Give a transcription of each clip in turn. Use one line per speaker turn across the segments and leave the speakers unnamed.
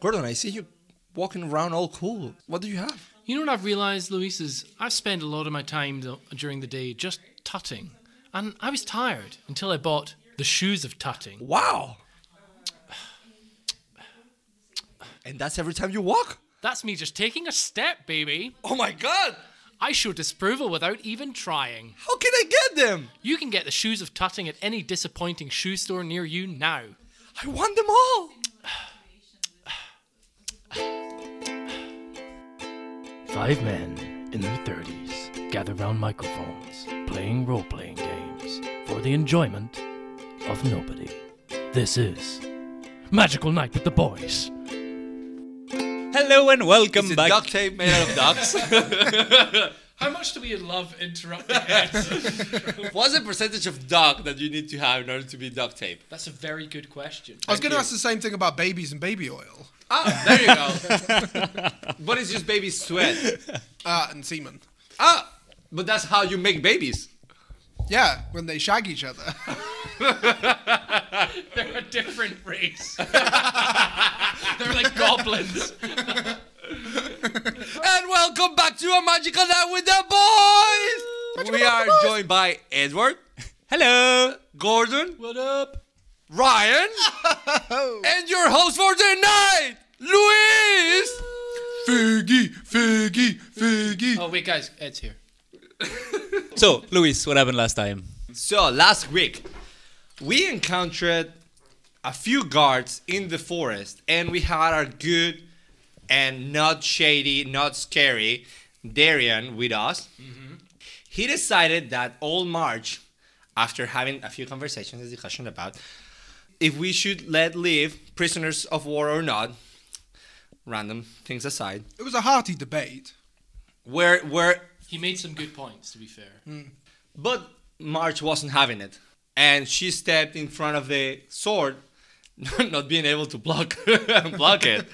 Gordon, I see you walking around all cool. What do you have?
You know what I've realized, Luis, is I spend a lot of my time tho- during the day just tutting. And I was tired until I bought the shoes of tutting.
Wow. And that's every time you walk?
That's me just taking a step, baby.
Oh my god!
I show disapproval without even trying.
How can I get them?
You can get the shoes of tutting at any disappointing shoe store near you now.
I want them all!
Five men in their 30s gather round microphones, playing role playing games for the enjoyment of nobody. This is Magical Night with the Boys.
Hello and welcome
Is it
back.
duct tape made out of ducks?
How much do we love interrupting ads?
What's the percentage of duck that you need to have in order to be duct tape?
That's a very good question.
I was going to ask the same thing about babies and baby oil
Ah, there you go. but it's just baby sweat.
uh, and semen.
Ah, but that's how you make babies.
Yeah, when they shag each other.
They're a different race. They're like goblins.
And welcome back to a magical night with the boys. we are joined by Edward,
Hello.
Gordon,
What up?
Ryan, and your host for the night, Luis.
Figgy, figgy, figgy.
Oh wait, guys, Ed's here.
So, Luis, what happened last time?
So last week, we encountered a few guards in the forest, and we had our good and not shady, not scary Darian with us.
Mm-hmm.
He decided that all March, after having a few conversations and discussion about if we should let live prisoners of war or not, random things aside,
It was a hearty debate.
where where
He made some good points, to be fair.
But March wasn't having it. And she stepped in front of the sword, not being able to block block it.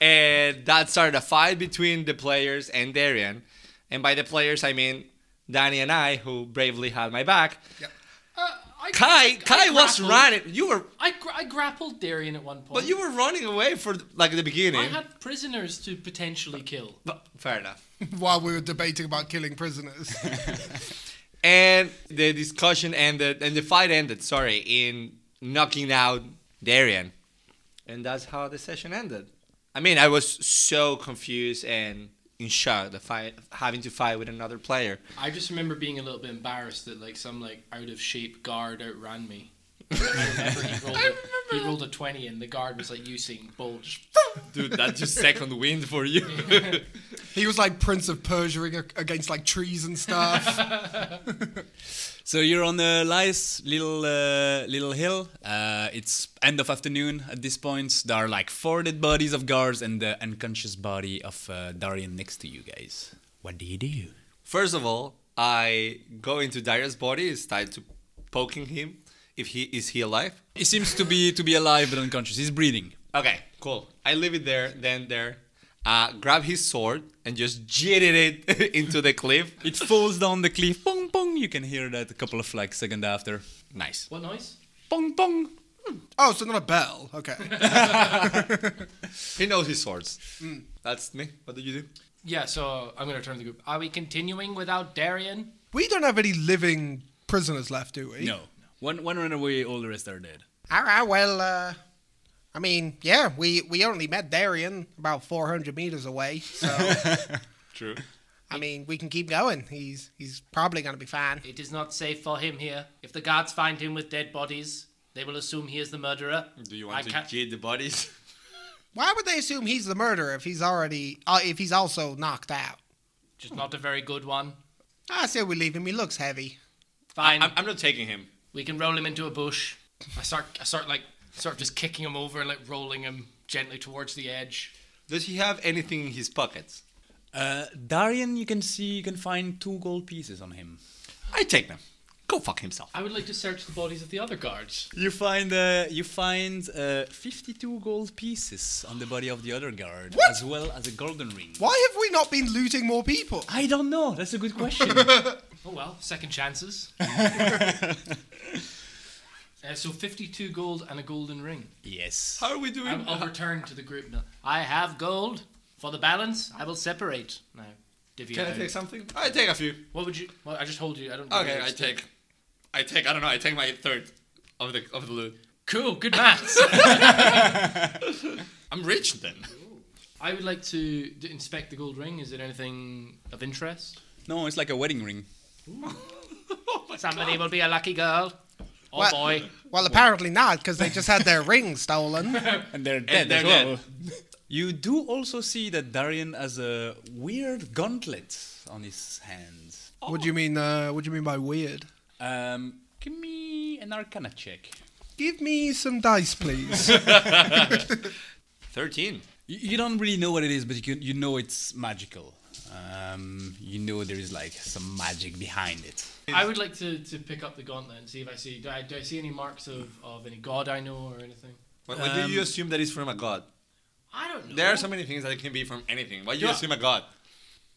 And that started a fight between the players and Darian. And by the players, I mean Danny and I, who bravely had my back.
Uh, I,
Kai,
I-
Kai
I
was
grappled-
running. You were,
I, gra- I grappled Darian at one point.
but you were running away for like the
I
beginning.
had prisoners to potentially kill.
But fair enough.
While we were debating about killing prisoners.
And the discussion ended, and the fight ended. Sorry, in knocking out Darian, and that's how the session ended. I mean, I was so confused and in shock the fight, having to fight with another player.
I just remember being a little bit embarrassed that like some like out of shape guard outran me. I remember he rolled, a, he rolled a twenty, and the guard was like Usain Bolt. Just-
Dude, that's just second wind for you.
he was like Prince of Persia ag- against like trees and stuff.
So you're on the nice little uh, little hill. Uh, it's end of afternoon at this point. There are like four dead bodies of guards and the unconscious body of uh, Darian next to you guys. What do you do?
First of all, I go into Darius' body, is tied to poking him. If he is he alive?
He seems to be to be alive but unconscious. He's breathing.
Okay, cool. I leave it there, then there. Uh, grab his sword and just jitted it into the cliff.
It falls down the cliff. Pong pong. You can hear that a couple of like second after.
Nice.
What noise?
Pong pong.
Oh, so not a bell. Okay.
He knows his swords. That's me. What did you do?
Yeah, so I'm gonna turn to the group. Are we continuing without Darian?
We don't have any living prisoners left, do we?
No. One one ran away. All the rest are dead.
All right, well, uh, I mean, yeah, we, we only met Darian about 400 meters away, so.
True.
I mean, we can keep going. He's he's probably going to be fine.
It is not safe for him here. If the guards find him with dead bodies, they will assume he is the murderer.
Do you
I
want to
can't-
jade the bodies?
Why would they assume he's the murderer if he's already uh, if he's also knocked out?
Just not a very good one.
I say we leave him. He looks heavy.
Fine,
I'm, I'm not taking him.
we can roll him into a bush. I start, I start like, sort of just kicking him over, like rolling him gently towards the edge.
Does he have anything in his pockets?
Uh, Darian, you can see you can find two gold pieces on him.
I take them. Go fuck himself.
I would like to search the bodies of the other guards.
You find uh, you find uh, 52 gold pieces on the body of the other guard,
What?
as well as a golden ring.
Why have we not been looting more people?
I don't know. That's a good question.
Oh well, second chances. Uh, so 52 gold and a golden ring.
Yes.
How are we doing?
I'll, I'll return to the group now. I have gold. For the balance, I will separate. Now, divvy
Can
it
I
out.
take something? I take a few.
What would you... Well, I just hold you. I don't...
Okay, I take. I take. I don't know. I take my third of the of the loot.
Cool, good maths.
I'm rich then.
I would like to d- inspect the gold ring. Is it anything of interest?
No, it's like a wedding ring.
oh my
Somebody will be a lucky girl. Oh
What?
boy.
Well, apparently not, because they just had their ring stolen.
And they're dead
they're
as well. you do also see that Darian has a weird gauntlet on his hand.
What do you mean? Uh, what do you mean by weird?
Um, give me an arcana check.
Give me some dice, please.
Thirteen.
You, you don't really know what it is, but you, can, you know it's magical. Um, you know there is like some magic behind it.
I would like to, to pick up the gauntlet and see if I see. Do I, do I see any marks of, of any god I know or anything?
What, what do you assume that is from a god?
I don't know.
There are so many things that it can be from anything. Why do you
Yeah.
assume a god?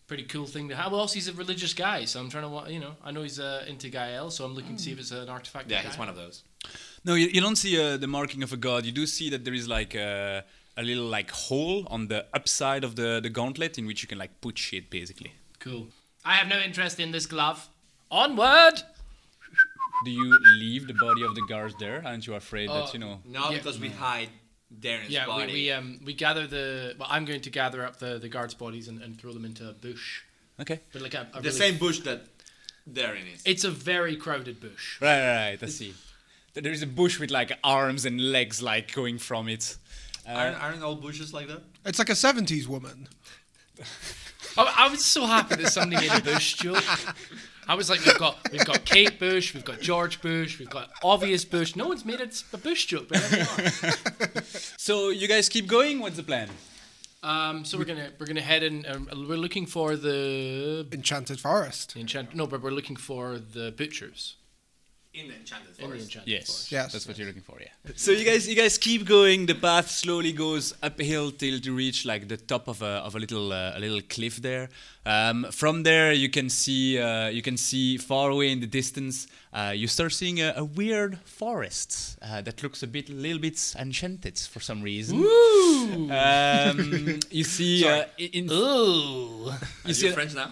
Pretty cool thing to have. Well, also he's a religious guy, so I'm trying to, wa- you know, I know he's uh, into Gael, so I'm looking to see if it's an artifact.
Yeah, he's one of those.
No, you, you don't see uh, the marking of a god. You do see that there is like a, a little like hole on the upside of the, the gauntlet in which you can like put shit basically.
Cool. I have no interest in this glove. Onward.
Do you leave the body of the guards there? Aren't you afraid
Uh,
that you know?
No,
Yeah.
because we hide Darren's
Yeah, we,
body.
we um we gather the. Well, I'm going to gather up the, the guards' bodies and, and throw them into a bush.
Okay.
But like a, a
the
really-
same bush that Darren is.
It's a very crowded bush.
Right, right, right. I see. Th- There is a bush with like arms and legs like going from it.
Aren't, aren't all bushes like that?
it's like a '70s woman.
I, Oh, I was so happy that somebody made a Bush joke. I was like, we've got we've got Kate Bush, we've got George Bush, we've got obvious Bush. No one's made it a Bush joke, but there we
So you guys keep going. What's the plan?
are. um, so we're gonna we're gonna head in. Um, we're looking for the
Enchanted Forest.
enchant. No, but we're looking for the butchers
In the enchanted forest.
in the enchanted forest.
Yes.
That's what you're looking for, yeah. So you guys, you guys keep going. The path slowly goes uphill till to reach like the top of a of a little uh, a little cliff there. Um, from there, you can see uh, you can see far away in the distance. Uh, you start seeing a, a weird forest uh, that looks a bit, little bit enchanted for some reason.
Ooh.
Um, you see, uh, in, in-
Ooh.
Are you
see-
friends now?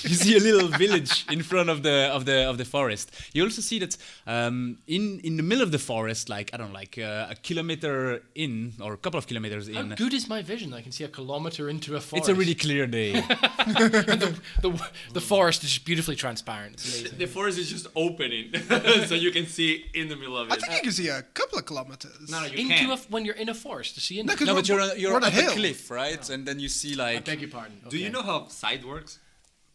you see a little village in front of the of the of the forest. You also see that um, in in the middle of the forest, like I don't know, like uh, a kilometer in or a couple of kilometers
How
in.
good is my vision? I can see a kilometer into a
It's
forest.
a really clear day.
the, the forest is just beautifully transparent. It's amazing.
The forest is just opening, so you can see in the middle of it.
I think you can see a couple of kilometers.
no, no, you
into
can't.
a f- when you're in a forest, to see into.
No, 'cause
no,
we're-
but you're
we're
on, you're
on
up
a
a
hill.
cliff, right? And then you see
I
like
beg your pardon.
Do you
Okay.
know how sight works?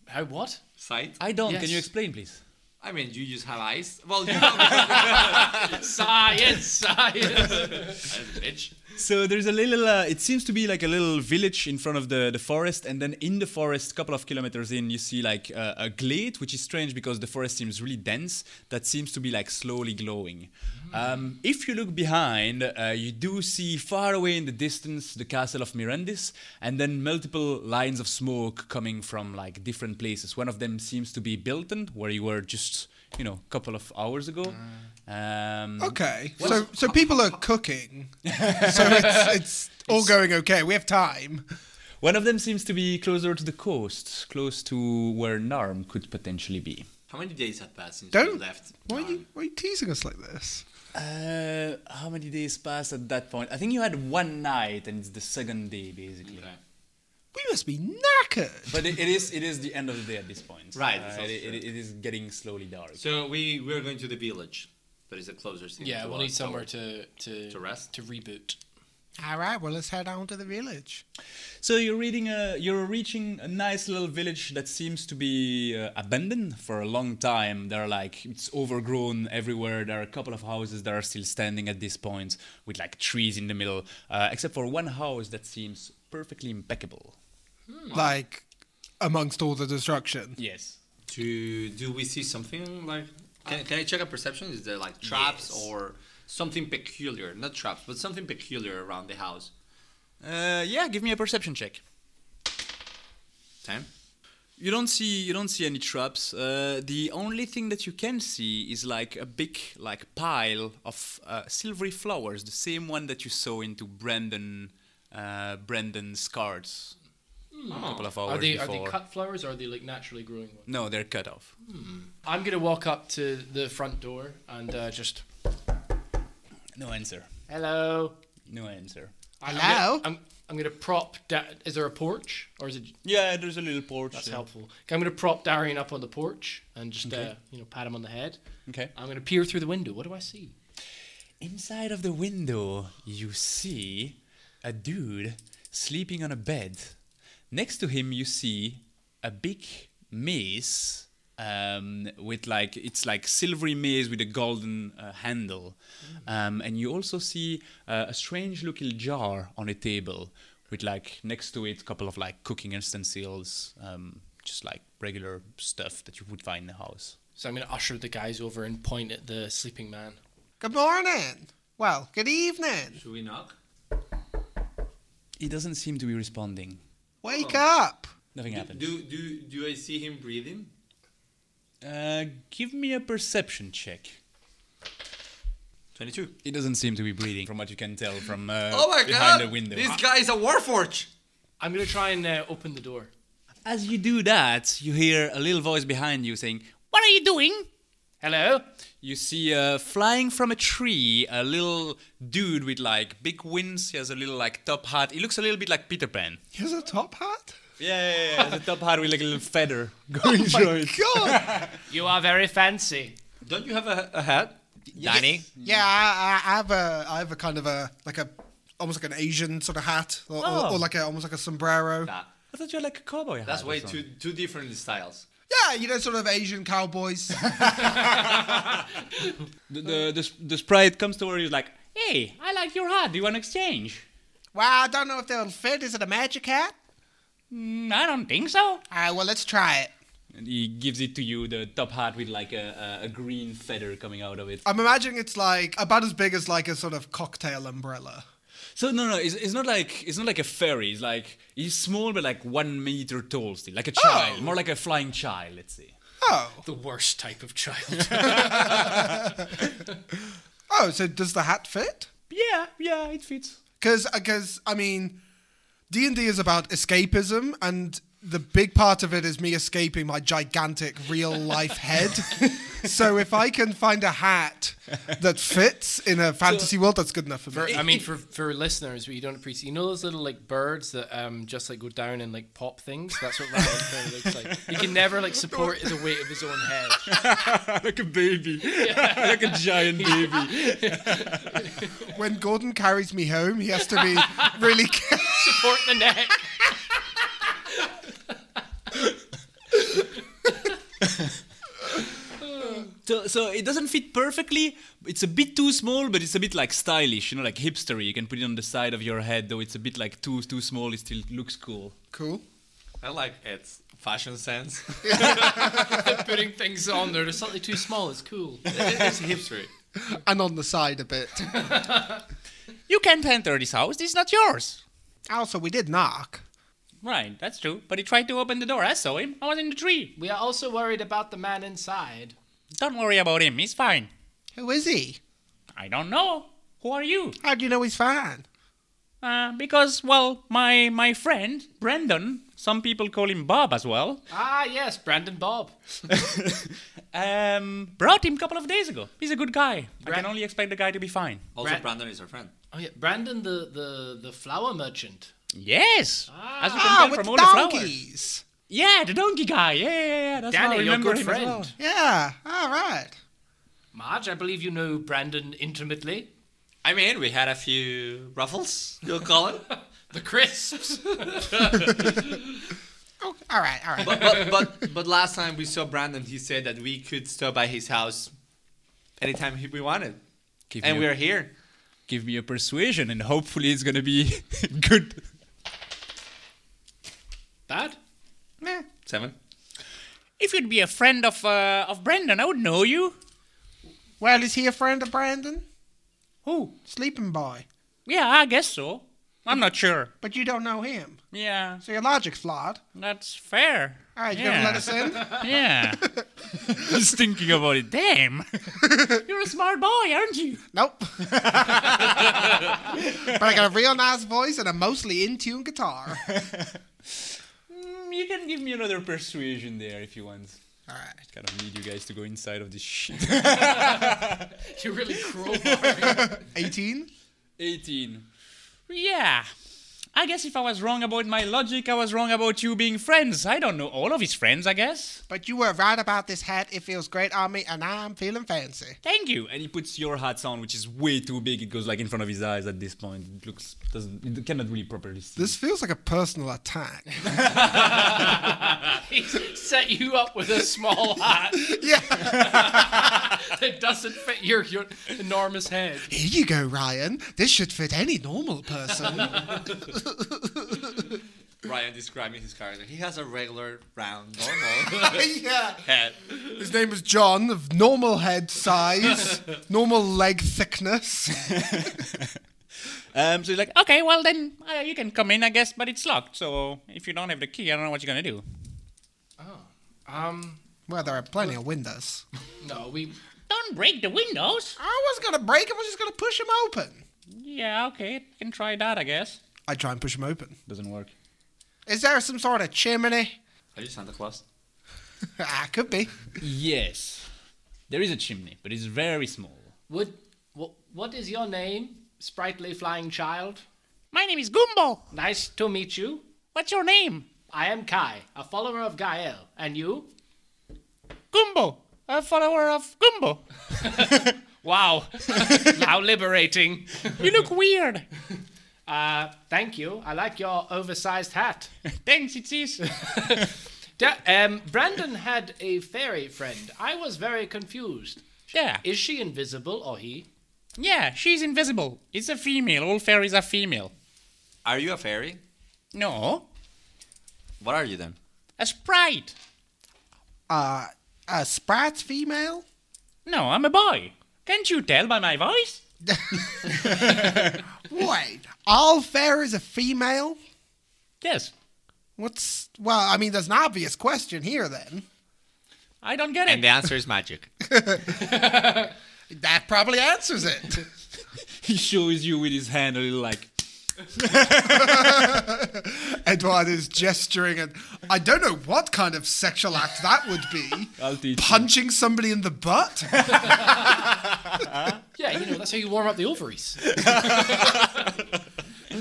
how what?
Sight?
I don't.
Yes.
Can you explain, please?
I mean, you just have eyes. Well, you have
Science, science.
bitch.
So there's a little. Uh, it seems to be like a little village in front of the the forest, and then in the forest, a couple of kilometers in, you see like uh, a glade, which is strange because the forest seems really dense. That seems to be like slowly glowing. Um, if you look behind, uh, you do see far away in the distance the castle of Mirandis, and then multiple lines of smoke coming from like different places. One of them seems to be Bilton, where you were just you know a couple of hours ago. Um,
Okay, so so people are cooking, so it's it's all going okay. We have time.
One of them seems to be closer to the coast, close to where Narm could potentially be.
How many days have passed since
Don't-
you left? Um,
Why
No,
are you why are you teasing us like this?
Uh, how many days passed at that point? I think you had one night, and it's the second day basically.
Okay.
We must be knackered.
But it, it is it is the end of the day at this point.
Right,
Uh,
that's
it,
also
it,
true.
it is getting slowly dark.
So we we're going to the village. That is the closer thing.
yeah,
to
we'll
our
need somewhere
tower.
to to
To rest?
to reboot.
All right, well let's head on to the village.
So you're reading a, you're reaching a nice little village that seems to be uh, abandoned for a long time. There are like it's overgrown everywhere. There are a couple of houses that are still standing at this point with like trees in the middle, uh, except for one house that seems perfectly impeccable.
Like amongst all the destruction.
Yes.
To do we see something like? Can, can I check a perception? Is there like traps
Yes.
or something peculiar? Not traps, but something peculiar around the house.
Uh, yeah, give me a perception check.
Ten.
you don't see you don't see any traps. Uh, the only thing that you can see is like a big like pile of uh, silvery flowers, the same one that you saw into Brandon uh, Brandon's cards a couple of hours
Hmm. Are they are
before.
they cut flowers or are they like naturally growing ones?
No, they're cut off.
I'm gonna walk up to the front door and uh, just
No answer.
hello.
No answer.
I'm
Hello?
Gonna, I'm I'm gonna prop. Da- is there a porch or is it?
Yeah, there's a little porch.
That's
there.
helpful. Okay, I'm gonna prop Darian up on the porch and just uh, you know pat him on the head.
Okay.
I'm gonna peer through the window. What do I see?
Inside of the window, you see a dude sleeping on a bed. Next to him, you see a big maze um, with like it's like silvery maze with a golden uh, handle, um, and you also see uh, a strange looking jar on a table with like next to it a couple of like cooking utensils, um, just like regular stuff that you would find in the house.
So I'm gonna usher the guys over and point at the sleeping man.
Good morning. Well, good evening.
Should we knock?
He doesn't seem to be responding.
Wake up.
Nothing
Do,
happens.
do do do I see him breathing?
Uh, give me a perception check.
Twenty-two.
He doesn't seem to be breathing, from what you can tell from uh,
Oh my
behind
god!
the window.
This guy is a warforge.
I'm gonna try and uh, open the door.
As you do that, you hear a little voice behind you saying, "What are you doing?"
Hello.
You see, uh, flying from a tree, a little dude with like big wings. He has a little like top hat. He looks a little bit like Peter Pan.
Here's a top hat.
Yeah, yeah, yeah. He has a top hat with like a little feather going
Oh
through it.
God.
You are very fancy.
Don't you have a, a hat, Danny?
yeah, I, I I have a, I have a kind of a like a, almost like an Asian sort of hat, or, or- or,
Oh.
like a almost like a sombrero.
Nah,
I thought you had like a cowboy hat.
that's
or
way
something.
two two different styles.
Yeah, you know, sort of Asian cowboys.
The, the, the, sp- the Uh, sprite comes to where he's like, "Hey, I like your hat. Do you want to exchange?"
well, I don't know if they'll fit. Is it a magic hat?
"Mm, I don't think so.
All right, well, let's try it.
And he gives it to you, the top hat with like a, a, a green feather coming out of it.
I'm imagining it's like about as big as like a sort of cocktail umbrella.
So no, no, it's, it's not like it's not like a fairy. It's like he's small, but like one meter tall, still like a child, more like a flying child. Let's say.
Oh,
The worst type of child.
oh, so does the hat fit?
Yeah, yeah, it fits.
Because, because uh, I mean, D and D is about escapism, and the big part of it is me escaping my gigantic real life head. so if I can find a hat that fits in a fantasy world, that's good enough for me.
I mean, for for listeners, but you don't appreciate. You know those little like birds that um just like go down and like pop things. That's what Ryan kind of looks like. He can never like support the weight of his own head.
like a baby, like a giant baby.
When Gordon carries me home, he has to be really. ca-
support the neck.
so, so it doesn't fit perfectly. It's a bit too small, but it's a bit like stylish, you know, like hipstery. You can put it on the side of your head, though it's a bit like too too small. It still looks cool.
cool.
I like its fashion sense.
Putting things on there that's slightly too small is cool.
it's hipster.
And on the side a bit.
You can't enter this house. This is not yours.
Also, we did knock.
Right, that's true. But he tried to open the door. I saw him. I was in the tree.
We are also worried about the man inside.
Don't worry about him. He's fine.
Who is he?
I don't know. Who are you?
How do you know he's fine?
Uh, because well, my my friend Brandon. Some people call him Bob as well.
Ah, yes, Brandon Bob.
Um, brought him a couple of days ago. He's a good guy. I
Brand-
can only expect the guy to be fine.
Also,
Brand-
Brandon is our friend.
Oh yeah, Brandon the the the flower merchant.
Yes. As you can
Ah,
tell
with
from
the
all the flowers.
donkeys.
Yeah, the donkey guy. Yeah, yeah, yeah. That's how I
Danny, your
remember
good
him as
friend.
well.
Yeah. All right.
Marge, I believe you know Brandon intimately.
I mean, we had a few ruffles. You'll call it.
The crisps.
Oh, all right. All right.
but, but but but last time we saw Brandon, he said that we could stop by his house anytime he- we wanted,
Give
and
me a-
we're here.
give me a persuasion, and hopefully it's gonna be good.
Bad.
Seven.
If you'd be a friend of uh, of Brandon, I would know you.
Well, is he a friend of Brandon?
Oh,
Sleeping boy.
yeah, I guess so.
I'm not sure.
But you don't know him,
Yeah,
so your logic's flawed.
that's fair.
All right, you
yeah.
gonna let us in?
Yeah. Just thinking about it. Damn. You're a smart boy, aren't you?
Nope. but I got a real nice voice and a mostly in tune guitar.
Mm, You can give me another persuasion there if you want.
All right.
Kind of need you guys to go inside of this shit.
You're really crowbarring.
18?
18.
Yeah. I guess if I was wrong about my logic, I was wrong about you being friends. I don't know all of his friends, I guess.
But you were right about this hat. It feels great on me, and I'm feeling fancy.
Thank you.
And he puts your hats on, which is way too big. It goes like in front of his eyes at this point. It looks doesn't it cannot really properly see.
This feels like a personal attack.
He set you up with a small hat
yeah.
that doesn't fit your, your enormous head.
Here you go, Ryan. This should fit any normal person.
Ryan describing his character. He has a regular, round, normal
yeah.
head.
His name is John, of normal head size, normal leg thickness.
um, so he's like,
Okay, well then uh, you can come in, I guess, but it's locked. So if you don't have the key, I don't know what you're gonna do.
Oh, Um,
Well, there are plenty of windows.
no, we.
Don't break the windows.
I was gonna break him, I was just gonna push him open.
Yeah, okay, you can try that, I guess.
I try and push him open.
doesn't work.
Is there some sort of chimney?
Are you Santa Claus?
ah, could be.
Yes, there is a chimney, but it's very small.
Would what? What is your name, sprightly flying child?
My name is Gumbo.
Nice to meet you.
What's your name?
I am Kai, a follower of Gael, and you?
Gumbo, a follower of Gumbo.
Wow, how liberating.
You look weird.
Uh, thank you. I like your oversized hat.
Thanks, it is.
Da- um, Brandon had a fairy friend. I was very confused.
Yeah,
Is she invisible or he?
yeah, she's invisible. It's a female. All fairies are female.
Are you a fairy?
No,
What are you then?
a sprite.
Uh, a sprite female?
No, I'm a boy. Can't you tell by my voice?
Wait, all fair is a female?
Yes,
What's. Well, I mean, there's an obvious question here then.
I don't get it.
And the answer is magic.
That probably answers it.
He shows you with his hand a little like,
Edward is gesturing, and I don't know what kind of sexual act that would be.
I'll teach you.
Punching somebody in the butt?
Yeah, you know, that's how you warm up the ovaries.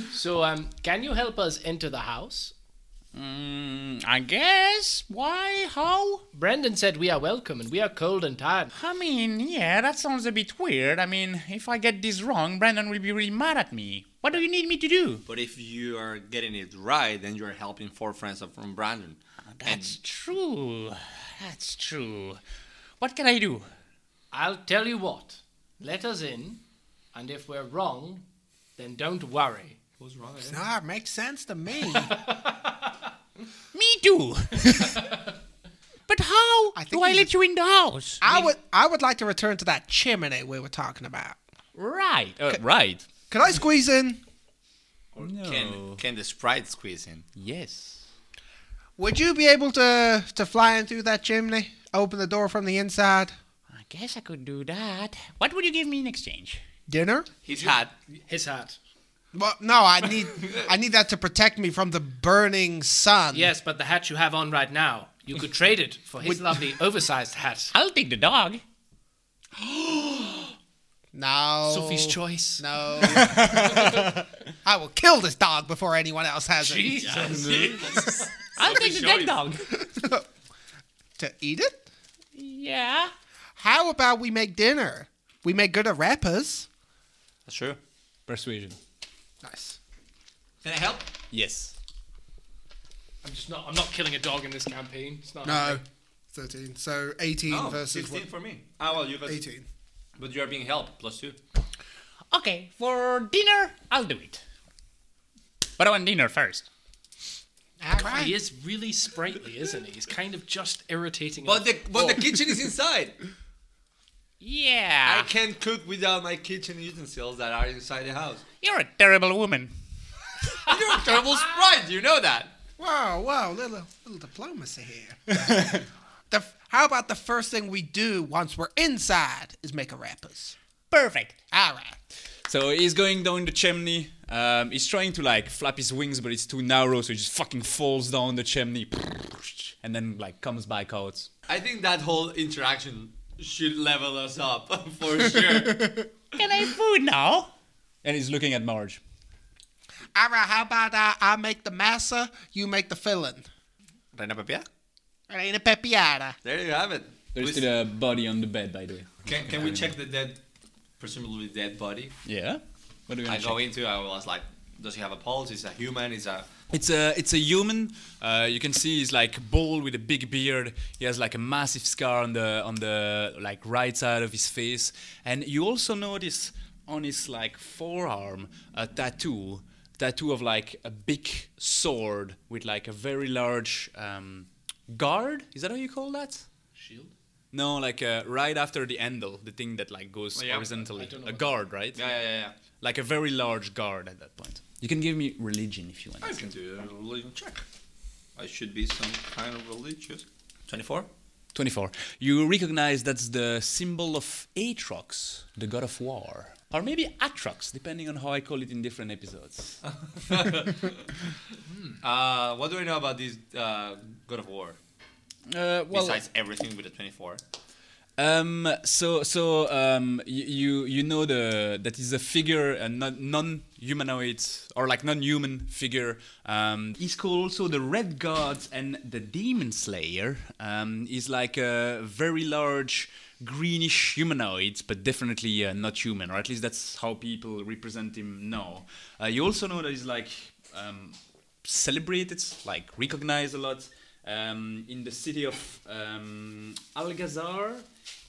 so, um, can you help us enter the house?
Mm, I guess. Why? How?
Brendan said we are welcome and we are cold and tired.
I mean, yeah, that sounds a bit weird. I mean, if I get this wrong, Brandon will be really mad at me. What do you need me to do?
But if you are getting it right, then you are helping four friends of- from Brandon.
That's true. That's true. What can I do?
I'll tell you what. Let us in, and if we're wrong, then don't worry. What's wrong again?
Ah, makes sense to me.
Me too. but how
I think
do I
he's
let you in the house?
I would, I would like to return to that chimney we were talking about.
Right.
uh, right.
Could I squeeze in?
Can can the sprite squeeze in?
Yes.
Would you be able to to fly in through that chimney? Open the door from the inside?
I guess I could do that. What would you give me in exchange?
Dinner?
His hat.
His hat.
Well, no, I need I need that to protect me from the burning sun.
Yes, but the hat you have on right now, you could trade it for his lovely oversized hat.
I'll take the dog.
No.
Sophie's choice.
No. I will kill this dog before anyone else has it.
Jesus.
I'll take the dead dog.
To eat it?
Yeah.
How about we make dinner? We make good at rappers.
That's true.
Persuasion.
Nice.
Can I help?
Yes.
I'm just not. I'm not killing a dog in this campaign. It's not.
No. 13. So 18
Oh,
versus
16
what?
for me. Ah, well, you got
18.
But you are being helped, plus two.
Okay, for dinner, I'll do it. But I want dinner first.
All
He
right.
is really sprightly, isn't he? He's kind of just irritating.
But the but the kitchen is inside. I
Yeah.
can't cook without my kitchen utensils that are inside the house.
You're a terrible woman.
You're a terrible sprite. You know that.
Wow, wow, little little diplomacy here. the, f- how about the first thing we do once we're inside is make a rappers?
Perfect.
All right.
So he's going down the chimney. Um, he's trying to like flap his wings, but it's too narrow, so he just fucking falls down the chimney, and then like comes back out.
I think that whole interaction should level us up for sure.
Can I have food now?
And he's looking at Marge.
All right, how about uh, I make the massa, you make the filling?
Reina Pepia?
It ain't a pepiata.
There you have it.
There's
With-
still a body on the bed, by the way.
Can, can we check the dead, presumably dead body?
Yeah. What do we
I
want to
go
check?
into. I was like, does he have a pulse? Is a human? Is a
It's a it's a human. Uh, you can see he's like bald with a big beard. He has like a massive scar on the on the like right side of his face, and you also notice on his like forearm a tattoo, tattoo of like a big sword with like a very large um, guard. Is that how you call that?
Shield.
No, like uh, right after the handle, the thing that like goes
Yeah.
horizontally,
I don't know
a
what-
guard, right?
yeah yeah yeah.
Like a very large guard at that point. You can give me religion if you want.
yeah. I can do a religion check. I should be some kind of religious. Twenty-four.
24. You recognize that's the symbol of Atrox, the god of war. Or maybe Atrox, depending on how I call it in different episodes.
Uh, what do I know about this uh, God of War?
Uh, well,
Besides everything with a twenty-four.
um, so so um, y- you you know the that is a figure, a non- non-humanoid or like non-human figure. Um, he's called also the Red God and the Demon Slayer. Um, he's like a very large greenish humanoid, but definitely uh, not human, or at least that's how people represent him now. Uh, you also know that he's like um, celebrated, like recognized a lot um, in the city of um, Algazar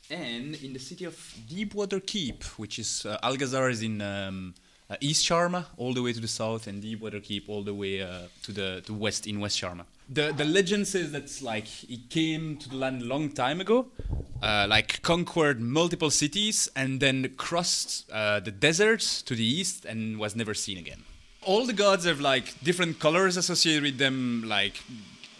and in the city of Deepwater Keep, which is uh, Algazar is in um, uh, East Sharma all the way to the south, and Deepwater Keep all the way uh, to the to west in West Sharma. The, the legend says that like he came to the land a long time ago, uh, like conquered multiple cities and then crossed uh, the deserts to the east and was never seen again all the gods have like different colors associated with them like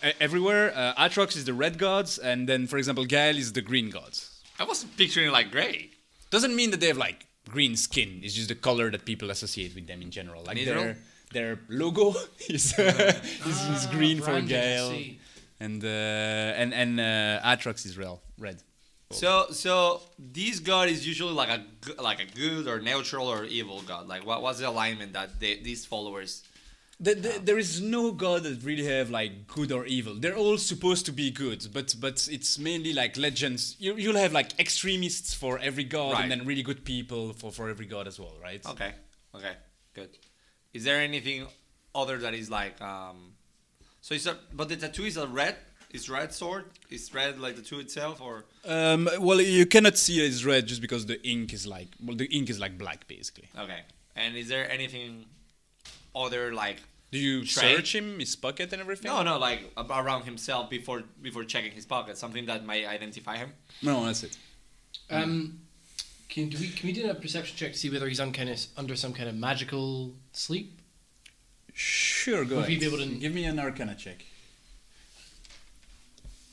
e- everywhere uh, atrox is the red gods and then for example gael is the green gods
I was picturing like gray.
doesn't mean that they have like green skin it's just the color that people associate with them in general like
Neither.
their their logo is, uh, is, is green for
branding, Ah, I
gael
see.
and uh, and and uh, atrox is real red
So so this god is usually like a g- like a good or neutral or evil god. Like what what's the alignment that they, these followers?
The, the, there is no god that really have like good or evil. They're all supposed to be good, but but it's mainly like legends. You, you'll have like extremists for every god,
Right.
and then really good people for, for every god as well, right?
Okay okay good. Is there anything other that is like um? So it's a but the tattoo is a red. Is red sword? Is red like the tattoo itself or?
Um, well, you cannot see it's red just because the ink is like well, the ink is like black basically.
Okay. And is there anything other like?
Do you
Tray?
search him, his pocket, and everything?
No, no, like ab- around himself before before checking his pocket, something that might identify him.
no, that's it.
Um, can do we can we do a perception check to see whether he's on kind of, under some kind of magical sleep?
Sure, go
Would
ahead.
we be able to-
Give me an Arcana check.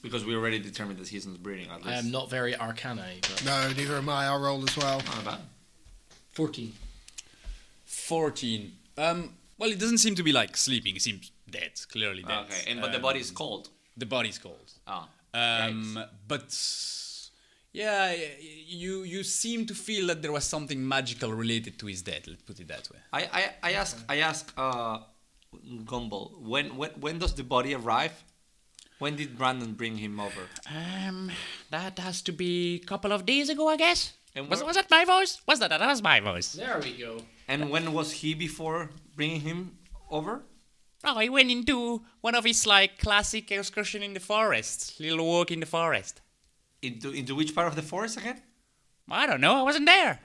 Because we already determined that he's not breathing. At least.
I am not very arcana, but
No, neither am I. I'll roll as well.
Not bad.
fourteen.
14. Um, well, it doesn't seem to be like sleeping. It seems dead, clearly dead.
Okay, and but the
Um,
body is cold.
The body's cold.
Ah,
Um, but yeah, y- you you seem to feel that there was something magical related to his death. Let's put it that way.
I, I, I ask I ask uh, Gumball when, when when does the body arrive? When did Brandon bring him over?
Um, that has to be a couple of days ago, I guess.
And
was,
where-
was that my voice? Was that that was my voice?
There we go.
And when was he before bringing him over?
Oh, he went into one of his like classic excursion in the forest, little walk in the forest.
Into into which part of the forest again?
I don't know. I wasn't there.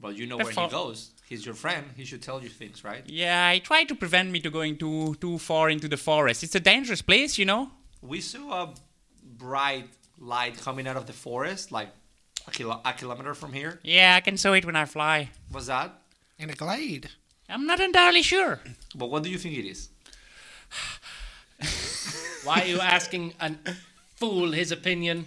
Well, you know
The
where
for-
he goes. He's your friend. He should tell you things, right?
Yeah, he tried to prevent me to going too too far into the forest. It's a dangerous place, you know.
We saw a bright light coming out of the forest, like a, kilo- a kilometer from here.
Yeah, I can saw it when I fly.
Was that?
In a glade.
I'm not entirely sure.
But what do you think it is?
Why are you asking a fool his opinion?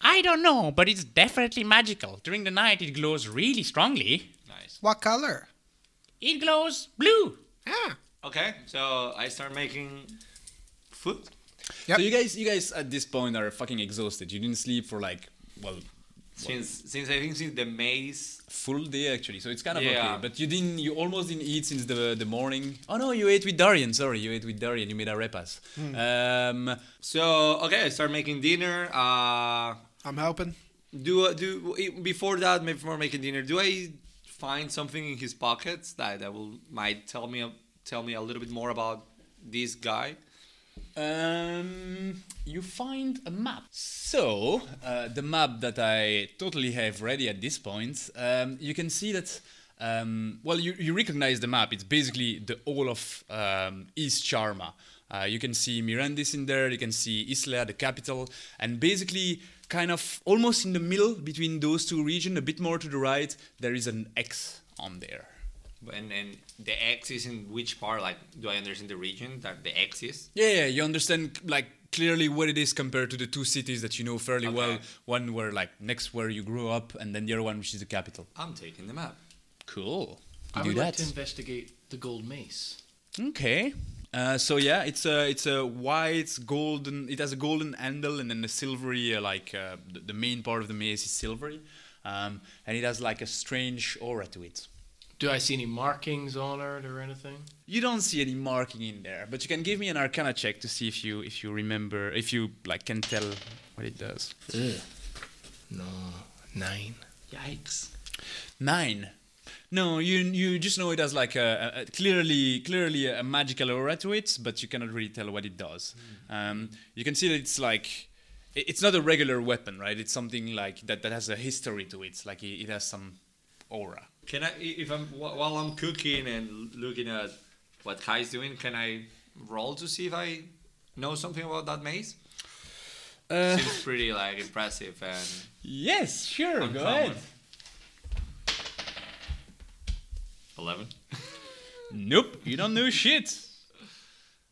I don't know, but it's definitely magical. During the night, it glows really strongly.
Nice.
What color?
It glows blue.
Ah.
Okay, so I start making food.
Yep.
So you guys, you guys at this point are fucking exhausted. You didn't sleep for like well,
Since since I think since the maze
full day actually. So it's kind of
Yeah.
okay. But you didn't, you almost didn't eat since the the morning. Oh no, you ate with Darian. Sorry, you ate with Darian. You made a repas. Um,
So okay, I start making dinner. Uh,
I'm helping.
do do before that, before making dinner, do I find something in his pockets that that will might tell me tell me a little bit more about this guy?
Um, you find a map. So, uh, the map that I totally have ready at this point, um, you can see that. Um, well, you, you recognize the map. It's basically the whole of um, East Charma. Uh, you can see Mirandis in there, you can see Isla, the capital, and basically, kind of almost in the middle between those two regions, a bit more to the right, there is an X on there.
And and the X is in which part? Like, do I understand the region that the X is?
Yeah, yeah, you understand like clearly what it is compared to the two cities that you know fairly well.
Okay.
One where like next where you grew up, and then the other one which is the capital.
I'm taking the map.
Cool. You
I
do
would like
that.
to investigate the gold mace.
okay. Uh, so yeah, it's a it's a white golden. It has a golden handle and then a silvery uh, like uh, the, the main part of the maze is silvery, um, and it has like a strange aura to it.
Do I see any markings on it or anything?
You don't see any marking in there, but you can give me an Arcana check to see if you if you remember if you like can tell what it does.
No. Nine.
Yikes!
Nine. No, you you just know it has like a, a- a clearly clearly a magical aura to it, but you cannot really tell what it does. Um, you can see that it's like i- it's not a regular weapon, right? It's something like that that has a history to it. Like it, it has some aura.
Can I, i- if I'm wh- while I'm cooking and looking at what Kai's doing, can I roll to see if I know something about that maze?
Uh,
Seems pretty like impressive and.
yes, sure, go
Uncommon.
ahead.
11.
Nope, you don't know shit.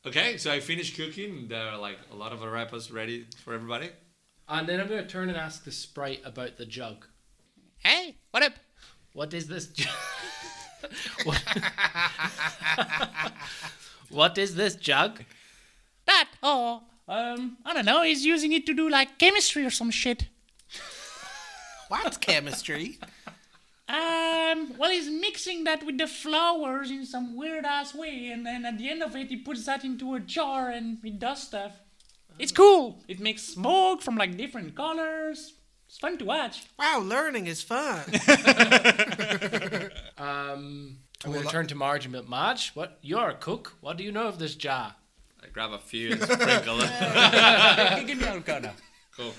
Okay, so I finished cooking. There are like a lot of arepas ready for everybody.
And Uh, then I'm going to turn and ask the sprite about the jug.
Hey, what up?
What is this jug? what? what is this jug?
That, oh, um, I don't know, he's using it to do like chemistry or some shit.
What's chemistry?
Um, well, he's mixing that with the flowers in some weird ass way, and then at the end of it, he puts that into a jar and it does stuff. It's cool. It makes smoke from like different colors. It's fun to watch.
wow, learning is fun.
Um, I'm going to turn to Marge and be like, Marge, what? You're a cook. What do you know of this jar?
I grab a few and sprinkle it.
Give me Arcana.
Cool.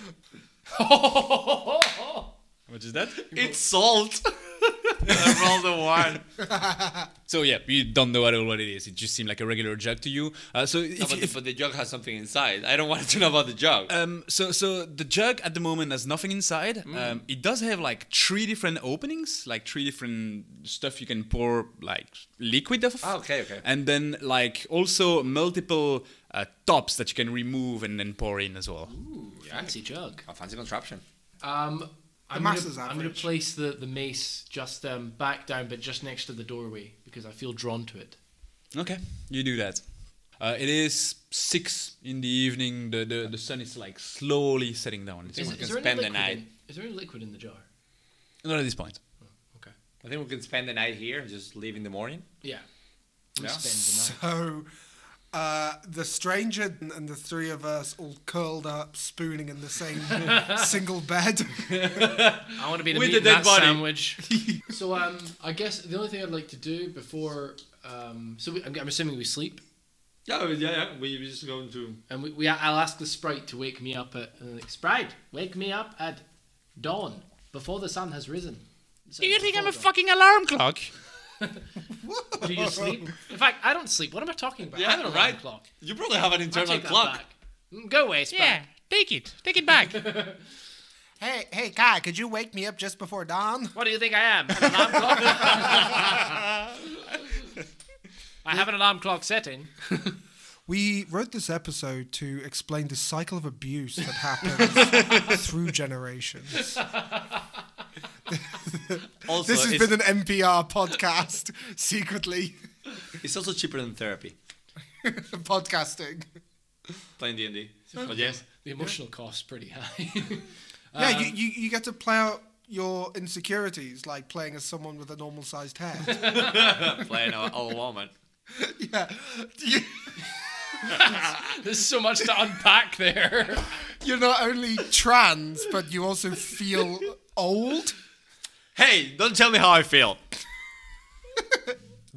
What is that?
It's salt. I rolled a one.
So yeah, you don't know at all what it is. It just seemed like a regular joke to you. Uh, so if,
No, but,
if-
but the jug has something inside. I don't want to know about the jug.
Um, so so the jug at the moment has nothing inside.
Mm.
Um, it does have like three different openings, like three different stuff you can pour like liquid of.
Ah, okay, okay.
And then like also multiple uh, tops that you can remove and then pour in as well.
Fancy jug.
a fancy contraption.
Um, I'm
mass
gonna,
is
I'm going to
average.
place the, the mace just um, back down, but just next to the doorway because I feel drawn to it.
Okay, you do that. Uh, it is six in the evening. The, the the sun is like slowly setting down. It's
Is-
like-
can spend the
liquid
night.
In, is there any liquid in the jar?
Not at this point.
Okay.
I think we can spend the night here and just leave in the morning.
Yeah. We
Yeah.
spend the night.
So uh, the stranger and the three of us all curled up, spooning in the same single bed.
I want to be the
With
meat
the
in
dead
that
body.
sandwich. so um, I guess the only thing I'd like to do before um, so we, I'm, I'm assuming we sleep
Yeah, we- yeah, yeah. We're just going to.
and we, we I'll ask the sprite to wake me up at uh, like, sprite wake me up at dawn before the sun has risen. So
Do you think I'm a
before
fucking alarm clock?
dawn. Do you sleep? In fact, I don't sleep. What am I talking about? I
Yeah,
have an alarm
right.
clock.
You probably have an
I'll
internal
take that
clock.
back. Mm, Go away, sprite.
Yeah, take it. Take it back.
hey, hey, Kai, could you wake me up just before dawn?
What do you think I am? An alarm clock?
I have an alarm clock setting.
We wrote this episode to explain the cycle of abuse that happens through generations.
Also,
This has
it's,
been an NPR podcast, secretly
it's also cheaper than therapy.
podcasting.
Playing D and D. But yes,
The emotional cost's pretty high.
yeah, you, you, you get to play out your insecurities like playing as someone with a normal sized head.
playing a, a woman.
yeah. You,
There's so much to unpack there.
you're not only trans, but you also feel old.
Hey, don't tell me how I feel.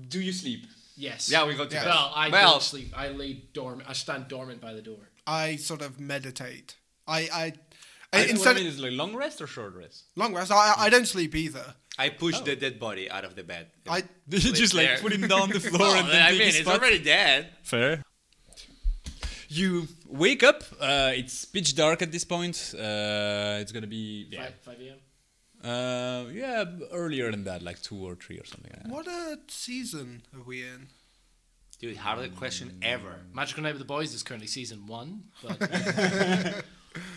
Do you sleep?
Yes.
Yeah, we go to bed.
Well, I
Well-
don't sleep. I lay dormant. I stand dormant by the door.
I sort of meditate. I, I, I-
I,
instead
mean, is it like long rest or short rest?
long rest. I, I don't sleep either.
I push the dead body out of the bed.
I
Did you just like
there.
put him down on the floor
Well,
and then
I
dig
mean,
his
it's
spot?
already dead.
Fair. You wake up. Uh, it's pitch dark at this point. Uh, it's gonna be yeah,
Five, 5 a.m.
uh, yeah, earlier than that, like two or three or something. Like that.
what a season are we in?
Dude, hardest question ever.
Magical Night with the Boys is currently season one. But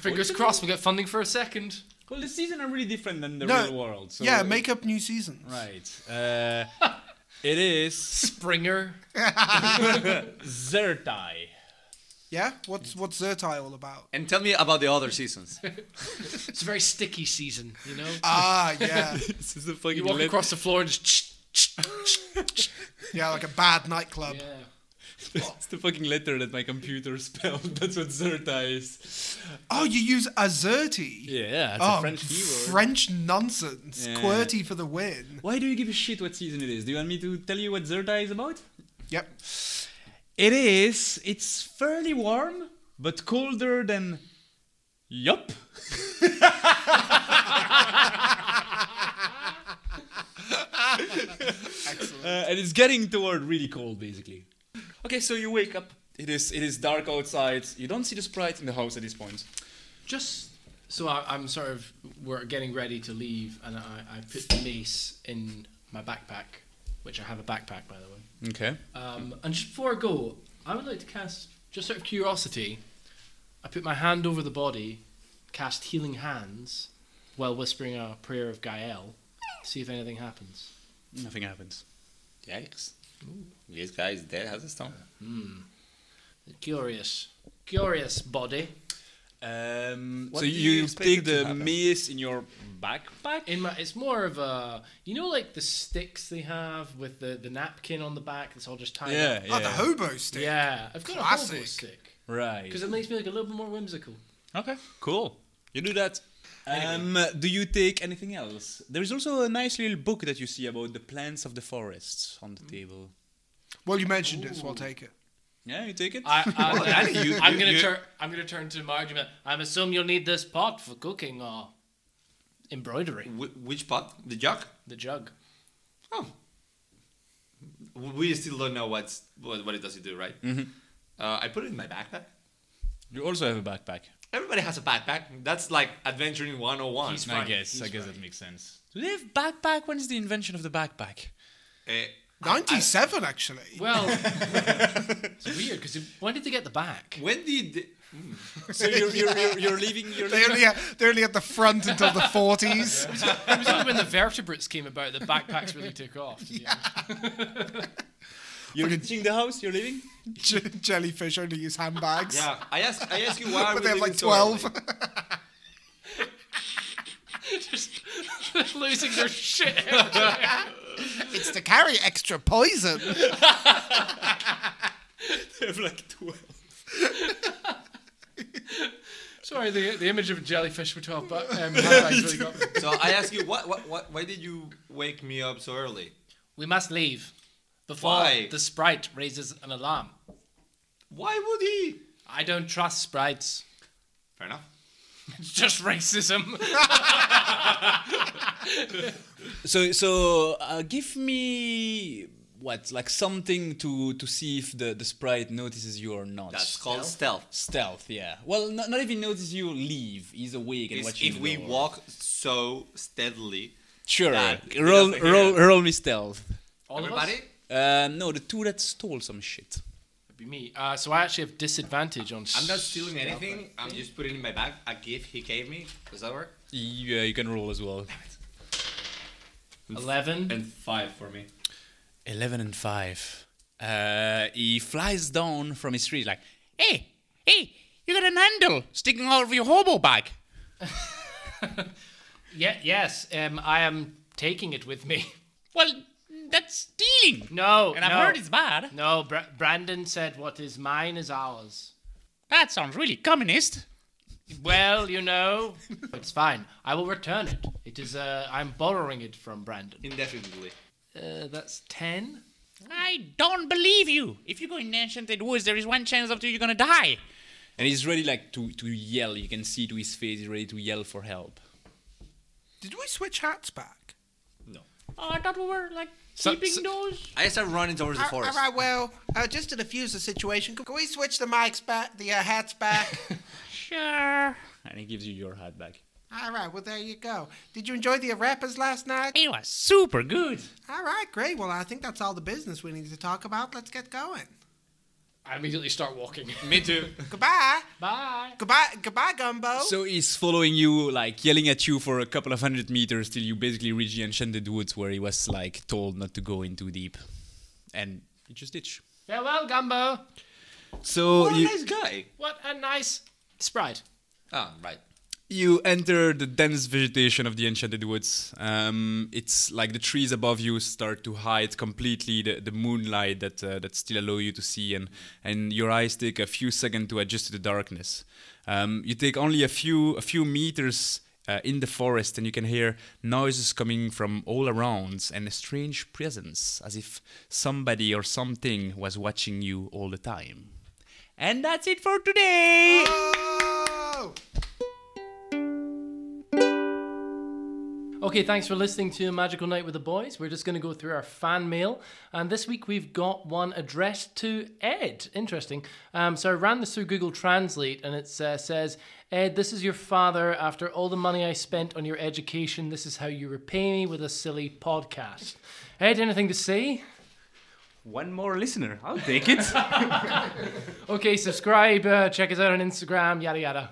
fingers crossed, we get funding for a second.
Well, the season are really different than the
No,
real world. So
yeah, make up new seasons.
right. Uh, it is
Springer.
Zertai.
Yeah, what's what's Zertai all about?
And tell me about the other seasons.
It's a very sticky season, you know.
Ah, yeah,
this is a fucking.
you walk
lit-
across the floor and just.
yeah, like a bad nightclub.
yeah.
it's the fucking letter that my computer spelled. That's what Zertai is.
Oh, you use Azerti.
Yeah, it's
oh,
a French keyword.
French nonsense.
Yeah.
Qwerty for the win.
Why do you give a shit what season it is? Do you want me to tell you what Zertai is about?
Yep.
It is. It's fairly warm, but colder than. Yup. Excellent. Uh, and it's getting toward really cold, basically. Okay, so you wake up. It is. It is dark outside. You don't see the sprite in the house at this point.
Just so I, I'm sort of we're getting ready to leave, and I, I put the mace in my backpack, which I have a backpack by the way.
Okay.
Um, and just before I go, I would like to cast, just out of curiosity, I put my hand over the body, cast healing hands, while whispering a prayer of Gael, see if anything happens.
Nothing happens.
Yikes. This guy is dead, has a stone.
Curious, curious body
Um, so
do
you,
you expect
take
it to
the
happen?
mace in your backpack.
in my. It's more of a, you know, like the sticks they have with the the napkin on the back that's all just tied
Yeah.
up.
Yeah.
Oh, the hobo stick.
Yeah, I've got a hobo
Classic.
stick
right.
because it makes me look a little bit more whimsical.
Okay, cool. You do that. Um, do you take anything else? There is also a nice little book that you see about the plants of the forests on the table.
Well, you mentioned it, so I'll take it.
Yeah, you take it.
I, I,
you-
I'm
you-
gonna
you-
turn. I'm gonna turn to my argument. I'm assume you'll need this pot for cooking or embroidery.
Wh- which pot? The jug?
The jug.
Oh. We still don't know what's, what, what it does it do, right? Uh, I put it in my backpack.
you also have a backpack.
Everybody has a backpack. That's like adventuring 101.
He's
He's
right.
I guess. I
He's
guess that makes sense. Do they have backpack? When is the invention of the backpack?
Eh,
Ninety-seven, actually.
Well, it's weird because when did they get the back?
when did.
So you're, you're, you're, you're leaving. You're
They
leaving.
only had, they only at the front until the forties.
It was only when the vertebrates came about that backpacks really took off. Yeah.
You're leaving the house. You're leaving.
jellyfish only use handbags.
Yeah, I ask, I ask you why are we
But they have
leaving
like
so early?
twelve.
Just losing their shit.
it's to carry extra poison.
They have like twelve.
Sorry, the, the image of a jellyfish with twelve but um, handbags really got me.
So I ask you, what, what, what, why did you wake me up so early?
We must leave before
Why?
the sprite raises an alarm.
Why would he?
I don't trust sprites.
Fair enough.
It's just racism.
So so uh, give me what like something to to see if the the sprite notices you or not.
That's called stealth.
Stealth, yeah. Well, not, not even notice you leave. He's awake and
It's
watching.
if
the
we
door.
walk so steadily.
sure.
that, he
roll,
doesn't hear
roll,
us.
roll me stealth.
All of us?
Everybody?
Uh, no, the two that stole some shit.
It'd be me. Uh, so I actually have disadvantage on.
I'm not stealing anything. I'm just putting in my bag a gift he gave me. Does that work?
Yeah, you can roll as well.
Eleven.
And five for me.
11 and 5. Uh, he flies down from his tree like,
Hey, hey, you got an handle sticking out of your hobo bag.
Yeah. Yes. Um, I am taking it with me.
Well, that's stealing.
No.
And I've
no.
heard it's bad.
No. Bra- Brandon said, "What is mine is ours."
That sounds really communist.
Well, you know, it's fine. I will return it. It is. Uh, I'm borrowing it from Brandon.
Indefinitely.
Uh, that's ten.
I don't believe you. If you go in the enchanted woods, there is one chance of two you're gonna die.
and he's ready like to, to yell. You can see to his face, he's ready to yell for help.
Did we switch hats back?
Oh, I thought we were like
So-
keeping
so-
those.
I start running towards the
All- all
forest.
right, well, uh, just to diffuse the situation, can we switch the mics back, the uh, hats back?
Sure.
And he gives you your hat back.
all right, well, there you go. Did you enjoy the rappers last night?
It was super good.
All right, great. Well, I think that's all the business we need to talk about. Let's get going.
I immediately start walking.
Me too.
Goodbye.
Bye.
Goodbye. Goodbye, Gumbo.
So he's following you, like yelling at you for a couple of hundred meters till you basically reach the enchanted woods where he was like told not to go in too deep. And you just ditch.
Farewell, Gumbo.
So
What a
you,
nice guy.
What a nice sprite.
Ah, right.
you enter the dense vegetation of the enchanted woods. Um, it's like the trees above you start to hide completely the, the moonlight that uh, that still allow you to see, and and your eyes take a few seconds to adjust to the darkness. Um, you take only a few a few meters. Uh, in the forest, and you can hear noises coming from all around, and a strange presence, as if somebody or something was watching you all the time. And that's it for today.
Okay, thanks for listening to Magical Night with the Boys. We're just going to go through our fan mail, and this week we've got one addressed to Ed. Interesting. Um, so I ran this through Google Translate, and it uh, says, Ed, this is your father. After all the money I spent on your education, this is how you repay me with a silly podcast. Ed, anything to say?
One more listener, I'll take it.
Okay, subscribe, uh, check us out on Instagram, yada yada.